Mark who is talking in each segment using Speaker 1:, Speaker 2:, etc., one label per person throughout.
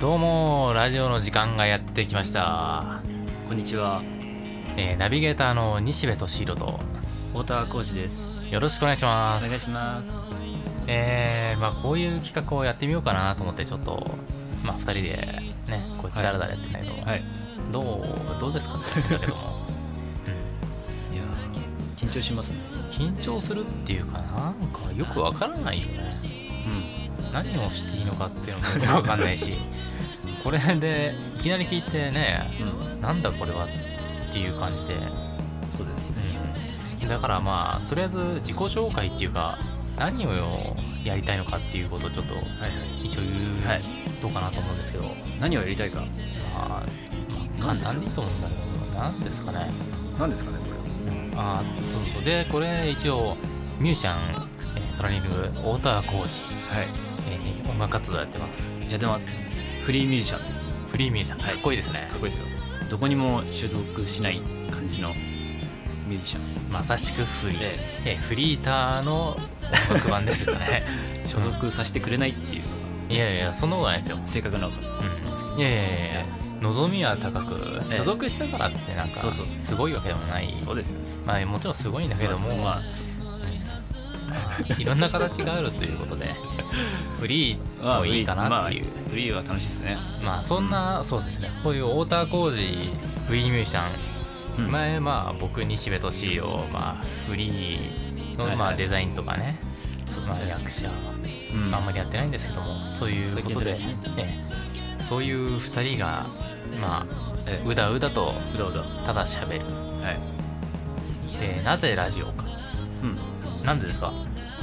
Speaker 1: どうもラジオの時間がやってきました、
Speaker 2: こんにちは、
Speaker 1: えーナビゲーターの西部敏弘と
Speaker 2: 太田浩二です。
Speaker 1: よろしくお願いしま
Speaker 2: お
Speaker 1: す
Speaker 2: 願いします。
Speaker 1: えーまあ、こういう企画をやってみようかなと思ってちょっと、まあ、2人でねこうやってダラダラやってないと、
Speaker 2: はい。
Speaker 1: どうどうですかねだけども、
Speaker 2: いやー、緊張しますね。
Speaker 1: うん、緊張するっていうかなんかよくわからないよね
Speaker 2: うん。
Speaker 1: 何をしていいのかっていうのもよくわかんない しこれでいきなり聞いてね
Speaker 2: うん。
Speaker 1: なんだこれはっていう感じで
Speaker 2: そうですね。
Speaker 1: だからまあとりあえず自己紹介っていうか何をやりたいのかっていうことをちょっと
Speaker 2: はいはい。
Speaker 1: 一応言う、
Speaker 2: はい
Speaker 1: どうかなと思うんですけど、
Speaker 2: 何をやりたいか。
Speaker 1: まあ、簡単でいいと思うんだけど何ですかね
Speaker 2: 何ですかね、これ。
Speaker 1: あーそうそうでこれ一応ミュージシャン、えートラリング太田浩二、
Speaker 2: はい。
Speaker 1: えー音楽活動やってます
Speaker 2: やってます。フリーミュージシャンです。
Speaker 1: フリーミュージシャン
Speaker 2: はい
Speaker 1: かっこいいですね、
Speaker 2: すごいですよ。どこにも所属しない感じのミュージシャン。
Speaker 1: まさしくフリー、
Speaker 2: え
Speaker 1: えーフリーターの音楽版ですよね
Speaker 2: 所属させてくれないっていうの
Speaker 1: いやいやそんなことないですよ
Speaker 2: が正確なのか。
Speaker 1: いやいやいやいや望みは高く
Speaker 2: ええ
Speaker 1: 所属したからってなんか
Speaker 2: そうそうそう
Speaker 1: すごいわけでもない、
Speaker 2: そうですよ。
Speaker 1: まあ、もちろんすごいんだけども、
Speaker 2: まあ、そうですね。
Speaker 1: いろんな形があるということ でフリー
Speaker 2: ま
Speaker 1: も
Speaker 2: あ
Speaker 1: いいかなっていう、
Speaker 2: まあフリーは楽しいですね。
Speaker 1: まあ、そんなそうですねこういう太田浩二フリーミュージシャン、
Speaker 2: うん
Speaker 1: 前まあ僕西部敏郎、まあ、フリー
Speaker 2: はいは
Speaker 1: の
Speaker 2: い
Speaker 1: まあデザインとかね、
Speaker 2: そうですね
Speaker 1: まあ、役者、
Speaker 2: うん
Speaker 1: あんまりやってないんですけどもそういうことで
Speaker 2: 最近やって
Speaker 1: ええそういう2人がまあ
Speaker 2: え
Speaker 1: うだうだと
Speaker 2: うだうだ。は
Speaker 1: ただ喋る
Speaker 2: い。
Speaker 1: でなぜラジオか
Speaker 2: うん。
Speaker 1: なんでですか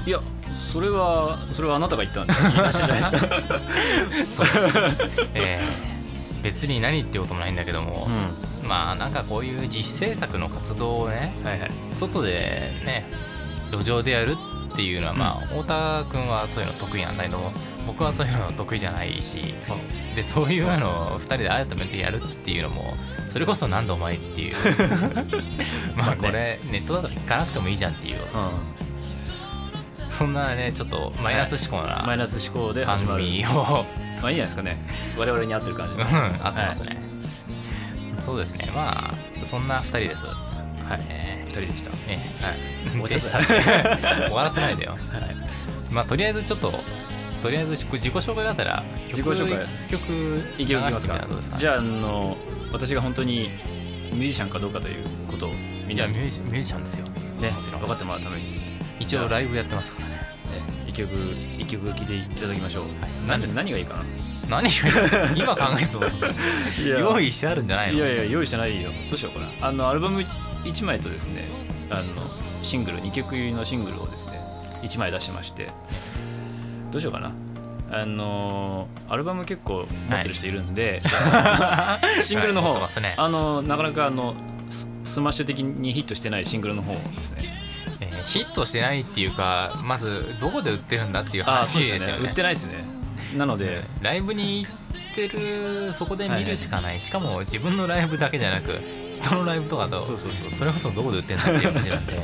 Speaker 2: いやそれはそれはあなたが言ったんで言いまし たね
Speaker 1: そうです、えー別に何ってこともないんだけども、
Speaker 2: ん
Speaker 1: まあなんかこういう自主制作の活動をね
Speaker 2: はいはい
Speaker 1: 外でね路上でやるっていうのはまあ、太田君はそういうの得意なんだけども僕はそういうの得意じゃないしでそういうのを2人で改めてやるっていうのもそれこそ何度お前って いうまあこれネットだと聞かなくてもいいじゃんっていう
Speaker 2: う
Speaker 1: そんなねちょっとマイナス思考
Speaker 2: ん、マイ
Speaker 1: な
Speaker 2: ナス思考で
Speaker 1: 番
Speaker 2: 始まる
Speaker 1: 組を
Speaker 2: まあいいんじゃないですかね我々に合ってる感じ
Speaker 1: うん
Speaker 2: で
Speaker 1: 合ってますね、そうですねまあそんな2人です
Speaker 2: はい
Speaker 1: え
Speaker 2: 二人でした
Speaker 1: ーえー
Speaker 2: はい もうちょ
Speaker 1: で し
Speaker 2: っと
Speaker 1: たね終わらせないでよ、まあとりあえずちょっととりあえず自己紹介がてら曲
Speaker 2: 自己紹介
Speaker 1: 一曲
Speaker 2: いきます
Speaker 1: 流してみたら
Speaker 2: か
Speaker 1: どうですか
Speaker 2: じゃああの私が本当にミュージシャンかどうかということをみ
Speaker 1: い
Speaker 2: んな
Speaker 1: やミ
Speaker 2: ね
Speaker 1: ュージミュージシャンですよもちろん
Speaker 2: 分かってもらうためにですね
Speaker 1: 一応ライブやってますからね
Speaker 2: 一曲一曲聴いていただきましょ
Speaker 1: い
Speaker 2: う、
Speaker 1: 何
Speaker 2: 何
Speaker 1: ですか
Speaker 2: 何がいいかな
Speaker 1: 何が今考えても そんない用意してあるんじゃないの
Speaker 2: いやいや用意してないよどうしようかなあのアルバム 1, 枚とですねあのシングル2曲入りのシングルをですね1枚出しましてどうしようかなあのアルバム結構持ってる人いるんで、シングルの方、
Speaker 1: はい持ってますね
Speaker 2: あのなかなかあのススマッシュ的にヒットしてないシングルの方ですね
Speaker 1: えーヒットしてないっていうかまずどこで売ってるんだっていう
Speaker 2: あ
Speaker 1: 話
Speaker 2: そう
Speaker 1: です
Speaker 2: で
Speaker 1: よ
Speaker 2: す
Speaker 1: ね
Speaker 2: よね売ってないですねなので、
Speaker 1: ライブに行ってるそこで見るしかない、しかも自分のライブだけじゃなく人のライブとかと
Speaker 2: そうそうそう
Speaker 1: それこそどこで売ってんだっていう感じなんで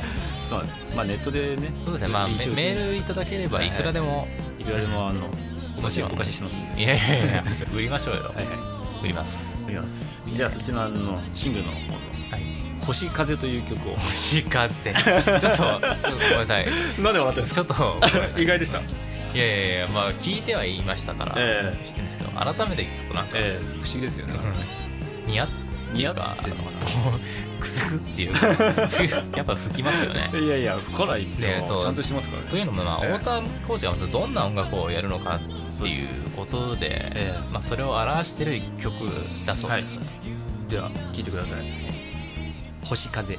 Speaker 2: そうなんですまあネットでね
Speaker 1: そうですねまあメメ
Speaker 2: 一応売ってるんです
Speaker 1: ールいただければいくらでも、
Speaker 2: いくらでもあのお貸し
Speaker 1: もちろん
Speaker 2: お貸ししますんで
Speaker 1: い、やいやいや売りましょうよ、
Speaker 2: はいはい
Speaker 1: 売ります
Speaker 2: ありますじゃあそっちのあのシングルの方の
Speaker 1: はい
Speaker 2: 「星風」という曲を
Speaker 1: 星風ちょっとちょっとごめんなさい
Speaker 2: なんで笑ったん
Speaker 1: ちょっとごめんなさい
Speaker 2: 意外でした
Speaker 1: いやいやいやまあ聞いては言いましたから、
Speaker 2: ええ
Speaker 1: 知ってるんですけど改めて聞くとなんか、
Speaker 2: ええ不思議ですよね
Speaker 1: 似合っ
Speaker 2: 似合
Speaker 1: が
Speaker 2: ってるのか
Speaker 1: くすぐって いうかやっぱ吹きますよね
Speaker 2: ないやいや深ないです
Speaker 1: ねそう
Speaker 2: よちゃんとしてますから
Speaker 1: とい
Speaker 2: ね
Speaker 1: うのも、まあ、
Speaker 2: ええ
Speaker 1: 太田コーチがどんな音楽をやるのかっていうことで、
Speaker 2: ええ
Speaker 1: まあ、それを表してる曲だそうです、
Speaker 2: では聴いてください「星風」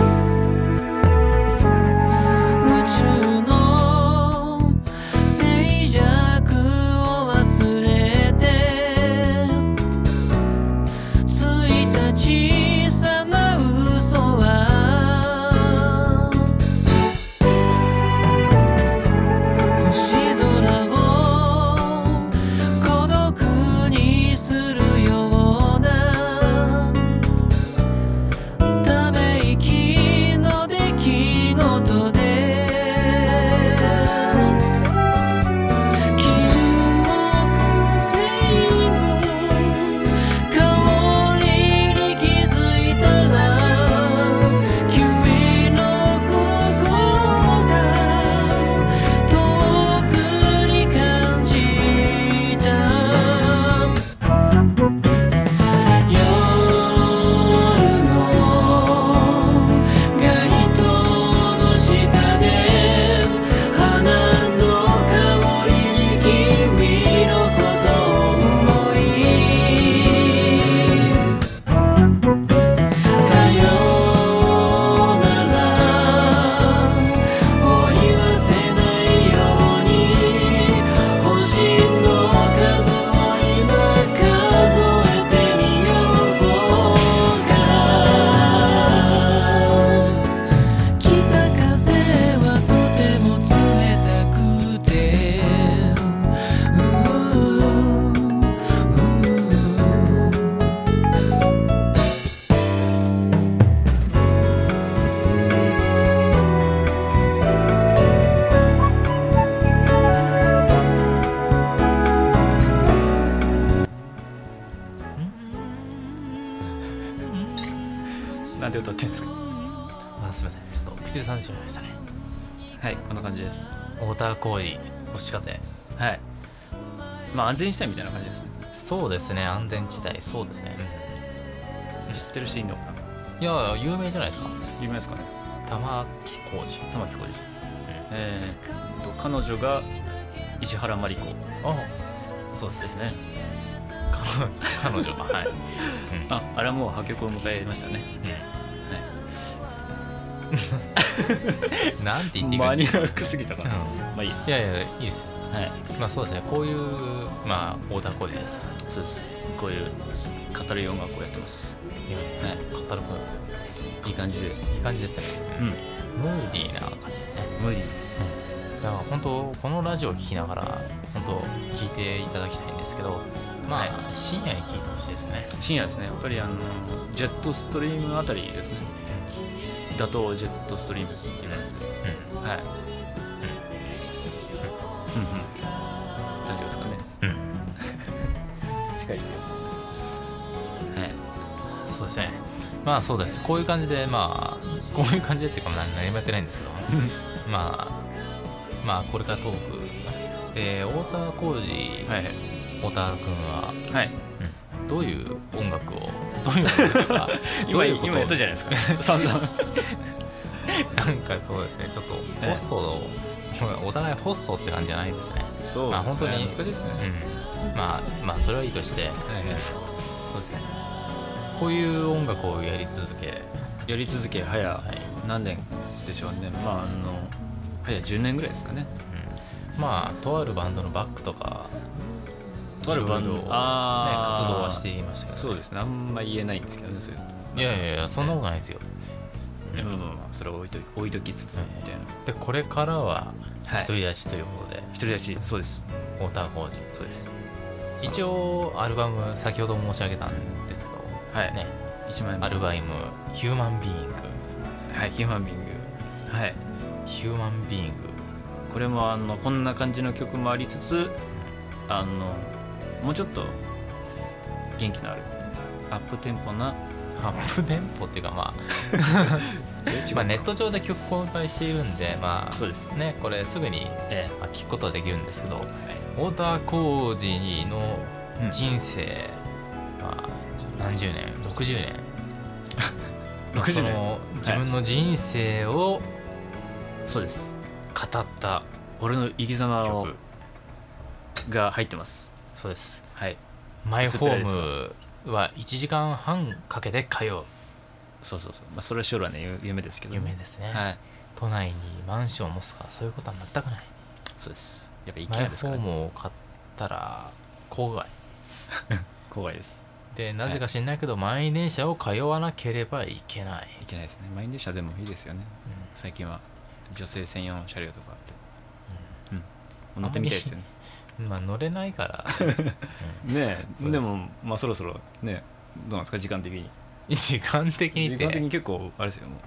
Speaker 3: 宇宙の静寂を忘れ
Speaker 2: 歌ってるんですか
Speaker 1: あすみませんちょっと口ずさんでしまいましたね
Speaker 2: はいこんな感じです
Speaker 1: 太田浩二星風
Speaker 2: はいまあ安全地帯みたいな感じです
Speaker 1: そうですね安全地帯そうですね、
Speaker 2: 知ってる人いんのかない
Speaker 1: や有名じゃないですか
Speaker 2: 有名ですかね
Speaker 1: 玉置浩
Speaker 2: 玉置浩二えーっと彼女が石原真理子
Speaker 1: 二あそうです
Speaker 2: ですね
Speaker 1: 彼女彼女がはい、うん
Speaker 2: ああれはもう破局を迎えましたね
Speaker 1: うん、なんて言っていいか
Speaker 2: マ
Speaker 1: で
Speaker 2: ニ
Speaker 1: すか
Speaker 2: アックすぎたかな
Speaker 1: うん
Speaker 2: まあいいや
Speaker 1: いやいやいいですよ
Speaker 2: はい
Speaker 1: まあそうですねこういうまあ太田浩二です
Speaker 2: そうですこういう語る音楽をやってます
Speaker 1: いや
Speaker 2: はい
Speaker 1: 語る
Speaker 2: いい感じで
Speaker 1: いい感じですね
Speaker 2: うん
Speaker 1: ムーディーな感じですね
Speaker 2: 無理です
Speaker 1: だから本当このラジオを聴きながら本当聞いていただきたいんですけどまあ、深夜に聞いてほしいですね
Speaker 2: 深夜ですねやっぱりあのジェットストリームあたりですね打倒ジェットストリームっていう感じではいうんうん大丈夫ですかね
Speaker 1: うん、うん、
Speaker 2: 近いですよはい
Speaker 1: そうですねまあそうですこういう感じでまあこういう感じでっていうかまあ何もやってないんですけどもまあまあこれからトークで太田浩二、
Speaker 2: はい
Speaker 1: 太田君は
Speaker 2: はい
Speaker 1: どういう音楽を どういう音楽かどう
Speaker 2: 今
Speaker 1: いうこと
Speaker 2: 今やったじゃないですか 散々
Speaker 1: なんかそうですねちょっとホストを、お互いホストって感じじゃないですね
Speaker 2: そ
Speaker 1: まあ本当に
Speaker 2: 難しいですね
Speaker 1: うんまあまあそれはいいとして
Speaker 2: はいはい
Speaker 1: そうですねこういう音楽をやり続け
Speaker 2: やり続け早、何年でしょうねまああの早10年ぐらいですかね
Speaker 1: まあとあるバンドのバックとか
Speaker 2: とあるバンド
Speaker 1: いろいろね、活動
Speaker 2: あー
Speaker 1: はしていましたけど、
Speaker 2: そうですねあんま言えないんですけどねそういうの
Speaker 1: いやいやいやそんなことないですよ
Speaker 2: まあまあまあそれを置いと置いときつつ
Speaker 1: はい
Speaker 2: みたいな
Speaker 1: でこれからは
Speaker 2: はい
Speaker 1: 独り立ちということで、
Speaker 2: 独り立ちそうです
Speaker 1: ウォーター工事
Speaker 2: そうです
Speaker 1: 一応アルバム先ほども申し上げたんですけど、
Speaker 2: はい
Speaker 1: ね、
Speaker 2: 一枚目
Speaker 1: アルバム「ヒューマンビーイング」
Speaker 2: はいヒューマンビングはい
Speaker 1: 「ヒューマンビーイング
Speaker 2: これもあのこんな感じの曲もありつつあのもうちょっと元気のあるアップテンポな」
Speaker 1: アップテンポっていうかまあ、まあ、ネット上で曲公開しているんでまあ
Speaker 2: そうです
Speaker 1: ねこれすぐに
Speaker 2: え
Speaker 1: まあ聞くことはできるんですけど太田浩二の
Speaker 2: うん
Speaker 1: 人生、まあ、何十年60年 まあ
Speaker 2: 60年
Speaker 1: その自分の人生を
Speaker 2: そうです
Speaker 1: 語った
Speaker 2: 俺の生き様を
Speaker 1: 曲
Speaker 2: が入ってます
Speaker 1: そうです
Speaker 2: はい
Speaker 1: 「マイホーム」は1時間半かけて通う
Speaker 2: そうそうそう、まあ、それは将来の夢夢ですけど
Speaker 1: 夢ですね、
Speaker 2: はい
Speaker 1: 都内にマンションを持つとかそういうことは全くない
Speaker 2: そうですやっぱ生き
Speaker 1: マイ
Speaker 2: ない
Speaker 1: ホ
Speaker 2: ですから
Speaker 1: ー
Speaker 2: ね
Speaker 1: ムを買ったら郊外
Speaker 2: 怖いです
Speaker 1: でなぜか知らないけど満員電車を通わなければいけない
Speaker 2: いけないですね満員電車でもいいですよね最近は女性専用車両とかあって、うん乗ってみたいですよね
Speaker 1: まあ乗れないから
Speaker 2: ね
Speaker 1: そうです
Speaker 2: でもまあそろそろねどうなんですか時間的に
Speaker 1: 時間的に
Speaker 2: 時
Speaker 1: っ
Speaker 2: 間的
Speaker 1: て
Speaker 2: に、結構あれですよもう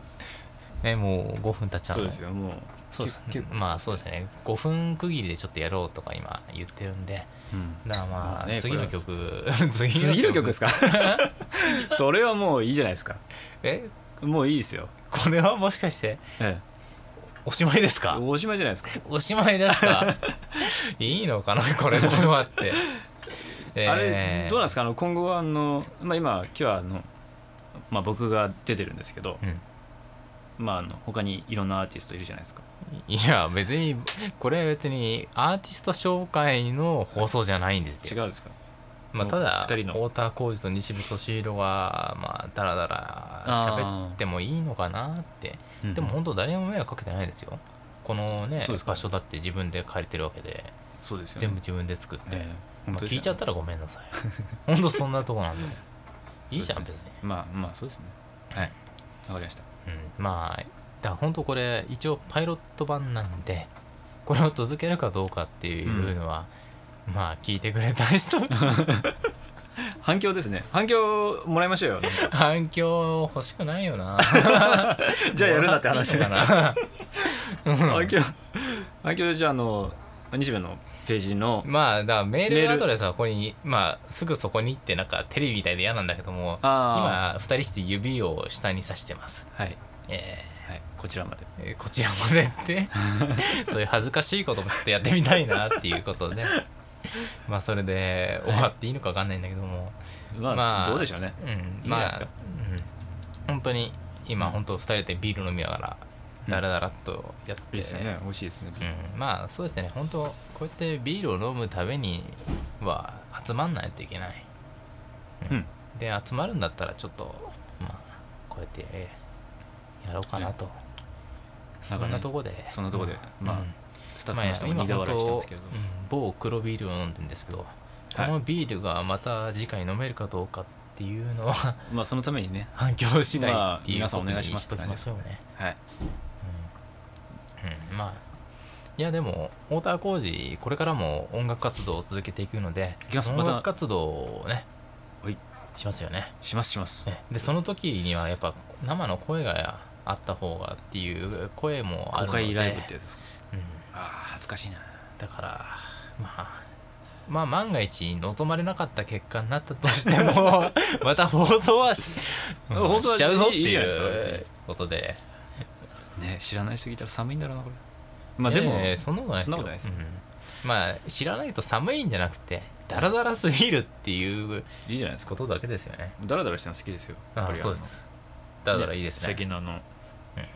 Speaker 1: ね、もう5分経っちゃう
Speaker 2: そう
Speaker 1: の
Speaker 2: ですよもう
Speaker 1: そうです
Speaker 2: 結構、
Speaker 1: まあそうですね5分区切りでちょっとやろうとか今言ってるんで
Speaker 2: うん
Speaker 1: だからま
Speaker 2: ま
Speaker 1: あ
Speaker 2: あね
Speaker 1: 次の曲 次
Speaker 2: 次の曲です かそれはもういいじゃないですか
Speaker 1: え
Speaker 2: もういいですよ、
Speaker 1: これはもしかして
Speaker 2: え
Speaker 1: おしまいです
Speaker 2: え、
Speaker 1: か
Speaker 2: おしまいじゃないですか
Speaker 1: おしまいです かいいのかなこれで終わって、
Speaker 2: あれどうなん
Speaker 1: ん
Speaker 2: ですかあの今後はあの、まあ、今今日はあの、まあ、僕が出てるんですけど、
Speaker 1: うん
Speaker 2: まあ、あの他にいろんなアーティストいるじゃないですか
Speaker 1: いや別にこれは別にアーティスト紹介の放送じゃないんです
Speaker 2: 違
Speaker 1: よ。
Speaker 2: うんですか
Speaker 1: まあ、ただ
Speaker 2: 二人の
Speaker 1: 太田浩二と西部敏郎がまあダラダラ喋ってもいいのかなってでも本当誰にも迷惑かけてないですよ。このね
Speaker 2: そうですか
Speaker 1: 場所だって自分で借りてるわけで
Speaker 2: そうですよ、ね、
Speaker 1: 全部自分で作って、
Speaker 2: ええ
Speaker 1: まあ、聞いちゃった
Speaker 2: ら
Speaker 1: らごめんな さい。本当そんなとこなんでいいじゃん
Speaker 2: そうで
Speaker 1: 別
Speaker 2: す
Speaker 1: に。
Speaker 2: まあまあそうですねはいわかりました
Speaker 1: うん、まあだから本当これ一応パイロット版なんでこれを続けるかどうかっていうのは、まあ聞いてくれた人
Speaker 2: 反響ですね反響もらいましょう よなんか
Speaker 1: 反響欲しくないよな
Speaker 2: じゃあやるなって話
Speaker 1: もら
Speaker 2: だ
Speaker 1: っ
Speaker 2: な
Speaker 1: ていいのかな
Speaker 2: 反響反響でじゃああの西部のページの
Speaker 1: まあだからメー
Speaker 2: メー
Speaker 1: ル
Speaker 2: ル
Speaker 1: アドレスはここにまあすぐそこにってなんかテレビみたいで嫌なんだけども
Speaker 2: あ
Speaker 1: 今2人して指を下にさしてます、
Speaker 2: 今はい、
Speaker 1: え
Speaker 2: はい、こちらまで
Speaker 1: ーえーこちらまでって そういう恥ずかしいこともちょっとやってみたいなっていうこと でまあそれで終わっていいのか分かんないんだけども、
Speaker 2: まあ、
Speaker 1: まあ
Speaker 2: どうでしょうね
Speaker 1: うん
Speaker 2: いいんじゃない
Speaker 1: ま
Speaker 2: です
Speaker 1: あ
Speaker 2: か
Speaker 1: うん本当に今本当2人でビール飲みながらダラダラっとやって、
Speaker 2: 美味しいですね
Speaker 1: うん、まあそうですね本当こうやってビールを飲むためには集まんないといけない、
Speaker 2: うん
Speaker 1: で集まるんだったらちょっとまあこうやってえーやろうかなと、そんなとこで、
Speaker 2: そんなとこでまあ
Speaker 1: うん
Speaker 2: スタッフの人も苦笑いしてたんですけれど、
Speaker 1: まあ今本当うん某黒ビールを飲んでるんですけど、このビールがまた次回飲めるかどうかっていうのは
Speaker 2: まあそのためにね
Speaker 1: 反響しない
Speaker 2: まあ
Speaker 1: っていう
Speaker 2: 皆
Speaker 1: こ
Speaker 2: さ
Speaker 1: と
Speaker 2: んお願
Speaker 1: に
Speaker 2: いします
Speaker 1: しときましょうね、
Speaker 2: はい
Speaker 1: うんうん、まあいやでも太田浩二これからも音楽活動を続けていくので
Speaker 2: いきます
Speaker 1: 音
Speaker 2: また
Speaker 1: 楽活動をね
Speaker 2: はい
Speaker 1: しますよね
Speaker 2: しますします
Speaker 1: ねでその時にはやっぱ生の声があった方がっていう声もあるので
Speaker 2: 公開ライブってやつですか
Speaker 1: うん、
Speaker 2: ああ恥ずかしいな
Speaker 1: だからまあまあ万が一望まれなかった結果になったとして もまた放送はし,、うん
Speaker 2: 放送は
Speaker 1: しちゃうぞって
Speaker 2: いいいいじゃない
Speaker 1: い
Speaker 2: ですか別
Speaker 1: う
Speaker 2: に
Speaker 1: ことで
Speaker 2: ね知らない人いたら寒いんだろうなこれまあでも、
Speaker 1: いやいやいやそんなことないですよ
Speaker 2: そんなことないです
Speaker 1: うんまあ知らないと寒いんじゃなくてダラダラすぎるっていう
Speaker 2: いいじゃないですか
Speaker 1: ことだけですよね
Speaker 2: ダラダラしてるの好きですよやっ
Speaker 1: あ
Speaker 2: ぱりあの
Speaker 1: そうですダラダラいいですね
Speaker 2: 最近のあの、
Speaker 1: うん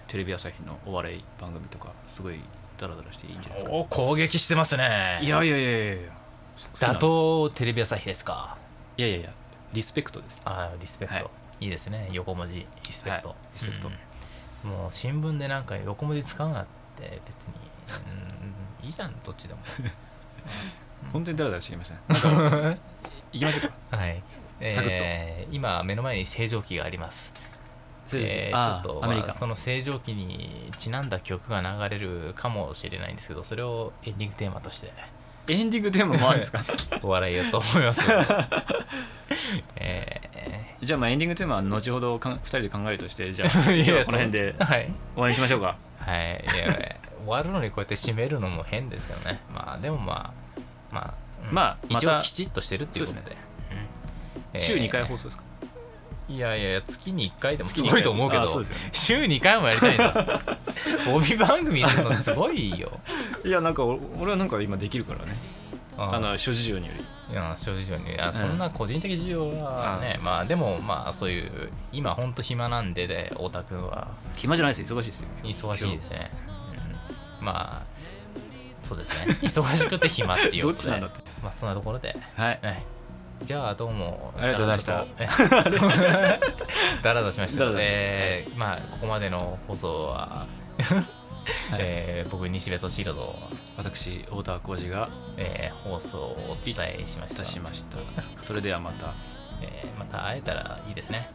Speaker 2: テレビ朝日のお笑い番組とかすごいダラダラしていいんじゃないですか
Speaker 1: お攻撃してますね
Speaker 2: いやいやいやいやいやす好きなん
Speaker 1: 打
Speaker 2: ですよ
Speaker 1: 倒テレビ朝日ですか
Speaker 2: いやいやいやリスペクトです
Speaker 1: あーリスペクト、
Speaker 2: はい
Speaker 1: い、いですね横文字リスペクト、
Speaker 2: はいリスペクト
Speaker 1: うんもう新聞でなんか横文字使うなって別に、うん、いいじゃんどっちでも
Speaker 2: 本当にダラダラしてきましたねなんか 行きましょうか
Speaker 1: はい
Speaker 2: サク
Speaker 1: えー今目の前に正常期がありますえー
Speaker 2: あー
Speaker 1: ちょっと
Speaker 2: アメリ
Speaker 1: まあ
Speaker 2: カ
Speaker 1: その正常期にちなんだ曲が流れるかもしれないんですけどそれをエンディングテーマとして
Speaker 2: エンディングテーマもあるん ですか
Speaker 1: お笑いようと思いますけ どえ
Speaker 2: じゃあまあエンディングテーマは後ほどかん2人で考えるとしてじゃあ 今
Speaker 1: ー
Speaker 2: 日はこの辺で
Speaker 1: はい、
Speaker 2: 終わりにしましょうか
Speaker 1: はい、いや終わるのにこうやって締めるのも変ですけどねまあでもまあまあ、うん
Speaker 2: まあま
Speaker 1: 一応
Speaker 2: た
Speaker 1: きちっとしてるっていうことで
Speaker 2: そうで
Speaker 1: うん
Speaker 2: 週
Speaker 1: えー
Speaker 2: 2回放送ですか
Speaker 1: いやいやいや月に1回でも
Speaker 2: 月
Speaker 1: す
Speaker 2: に一
Speaker 1: ご
Speaker 2: 回
Speaker 1: いと思うけ
Speaker 2: あ
Speaker 1: ど
Speaker 2: そうですよね
Speaker 1: 週2回もやりたい な帯番組するのすごいよ
Speaker 2: いやなんかお俺はなんか今できるからね
Speaker 1: うん
Speaker 2: あの諸事情によ
Speaker 1: い
Speaker 2: り
Speaker 1: や正直にあ
Speaker 2: ん
Speaker 1: そんな個人的需要はね、まあでもまあそういう今ほんと暇なんでで太田君は
Speaker 2: 暇じゃないです忙しいですよ
Speaker 1: 忙しいですね、うん、まあそうです ね忙しくて暇っていうことで
Speaker 2: どっちなんだって
Speaker 1: まあそんなところで、
Speaker 2: はい
Speaker 1: はい、じゃあどうも
Speaker 2: ありがとうございました
Speaker 1: たダラダラしました
Speaker 2: ダラダラしました
Speaker 1: えーまあここまでの放送は、えー僕西部敏郎と、
Speaker 2: 私太田浩二が
Speaker 1: えー放送をお伝えしま
Speaker 2: い
Speaker 1: した
Speaker 2: たしましたそれではまた
Speaker 1: えーまた会えたらいいですね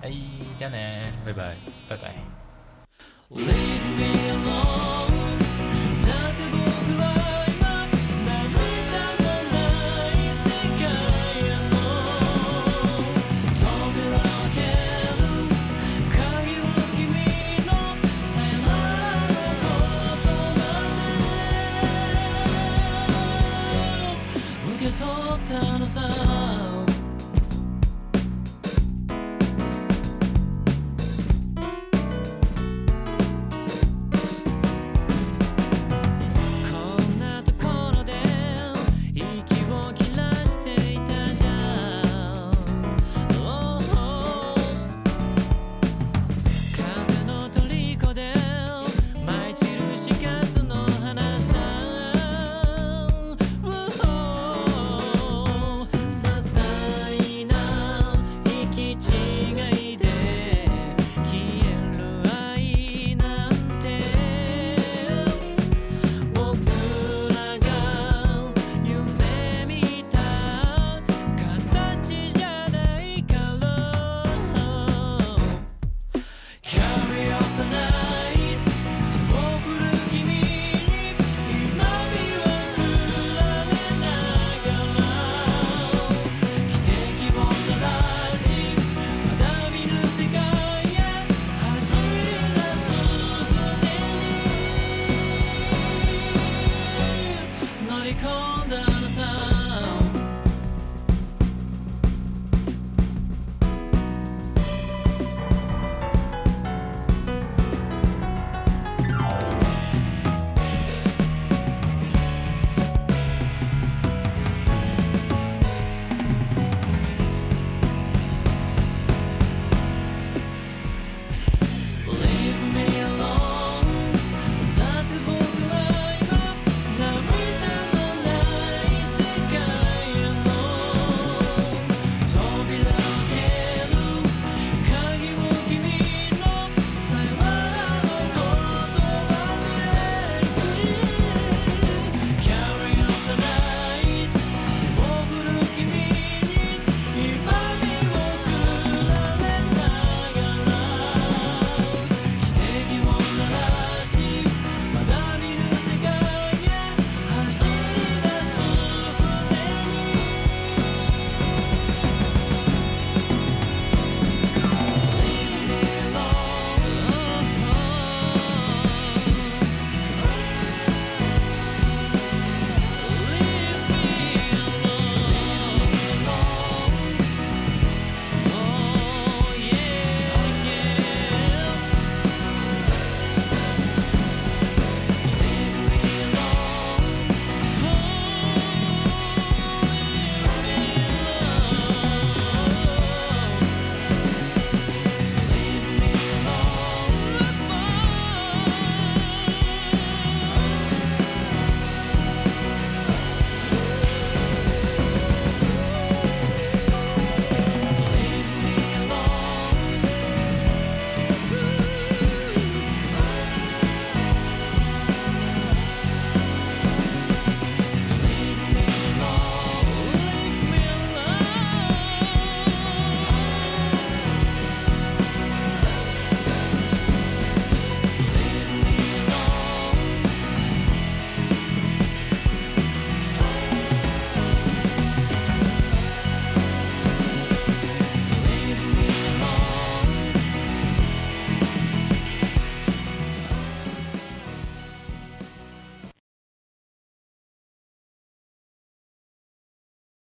Speaker 1: はいじゃあね
Speaker 2: バイバイ
Speaker 1: バイバイ
Speaker 3: Leave me alone だって僕は今涙のない世界への扉を開ける鍵を君のさよならの言葉で受け取ったのさ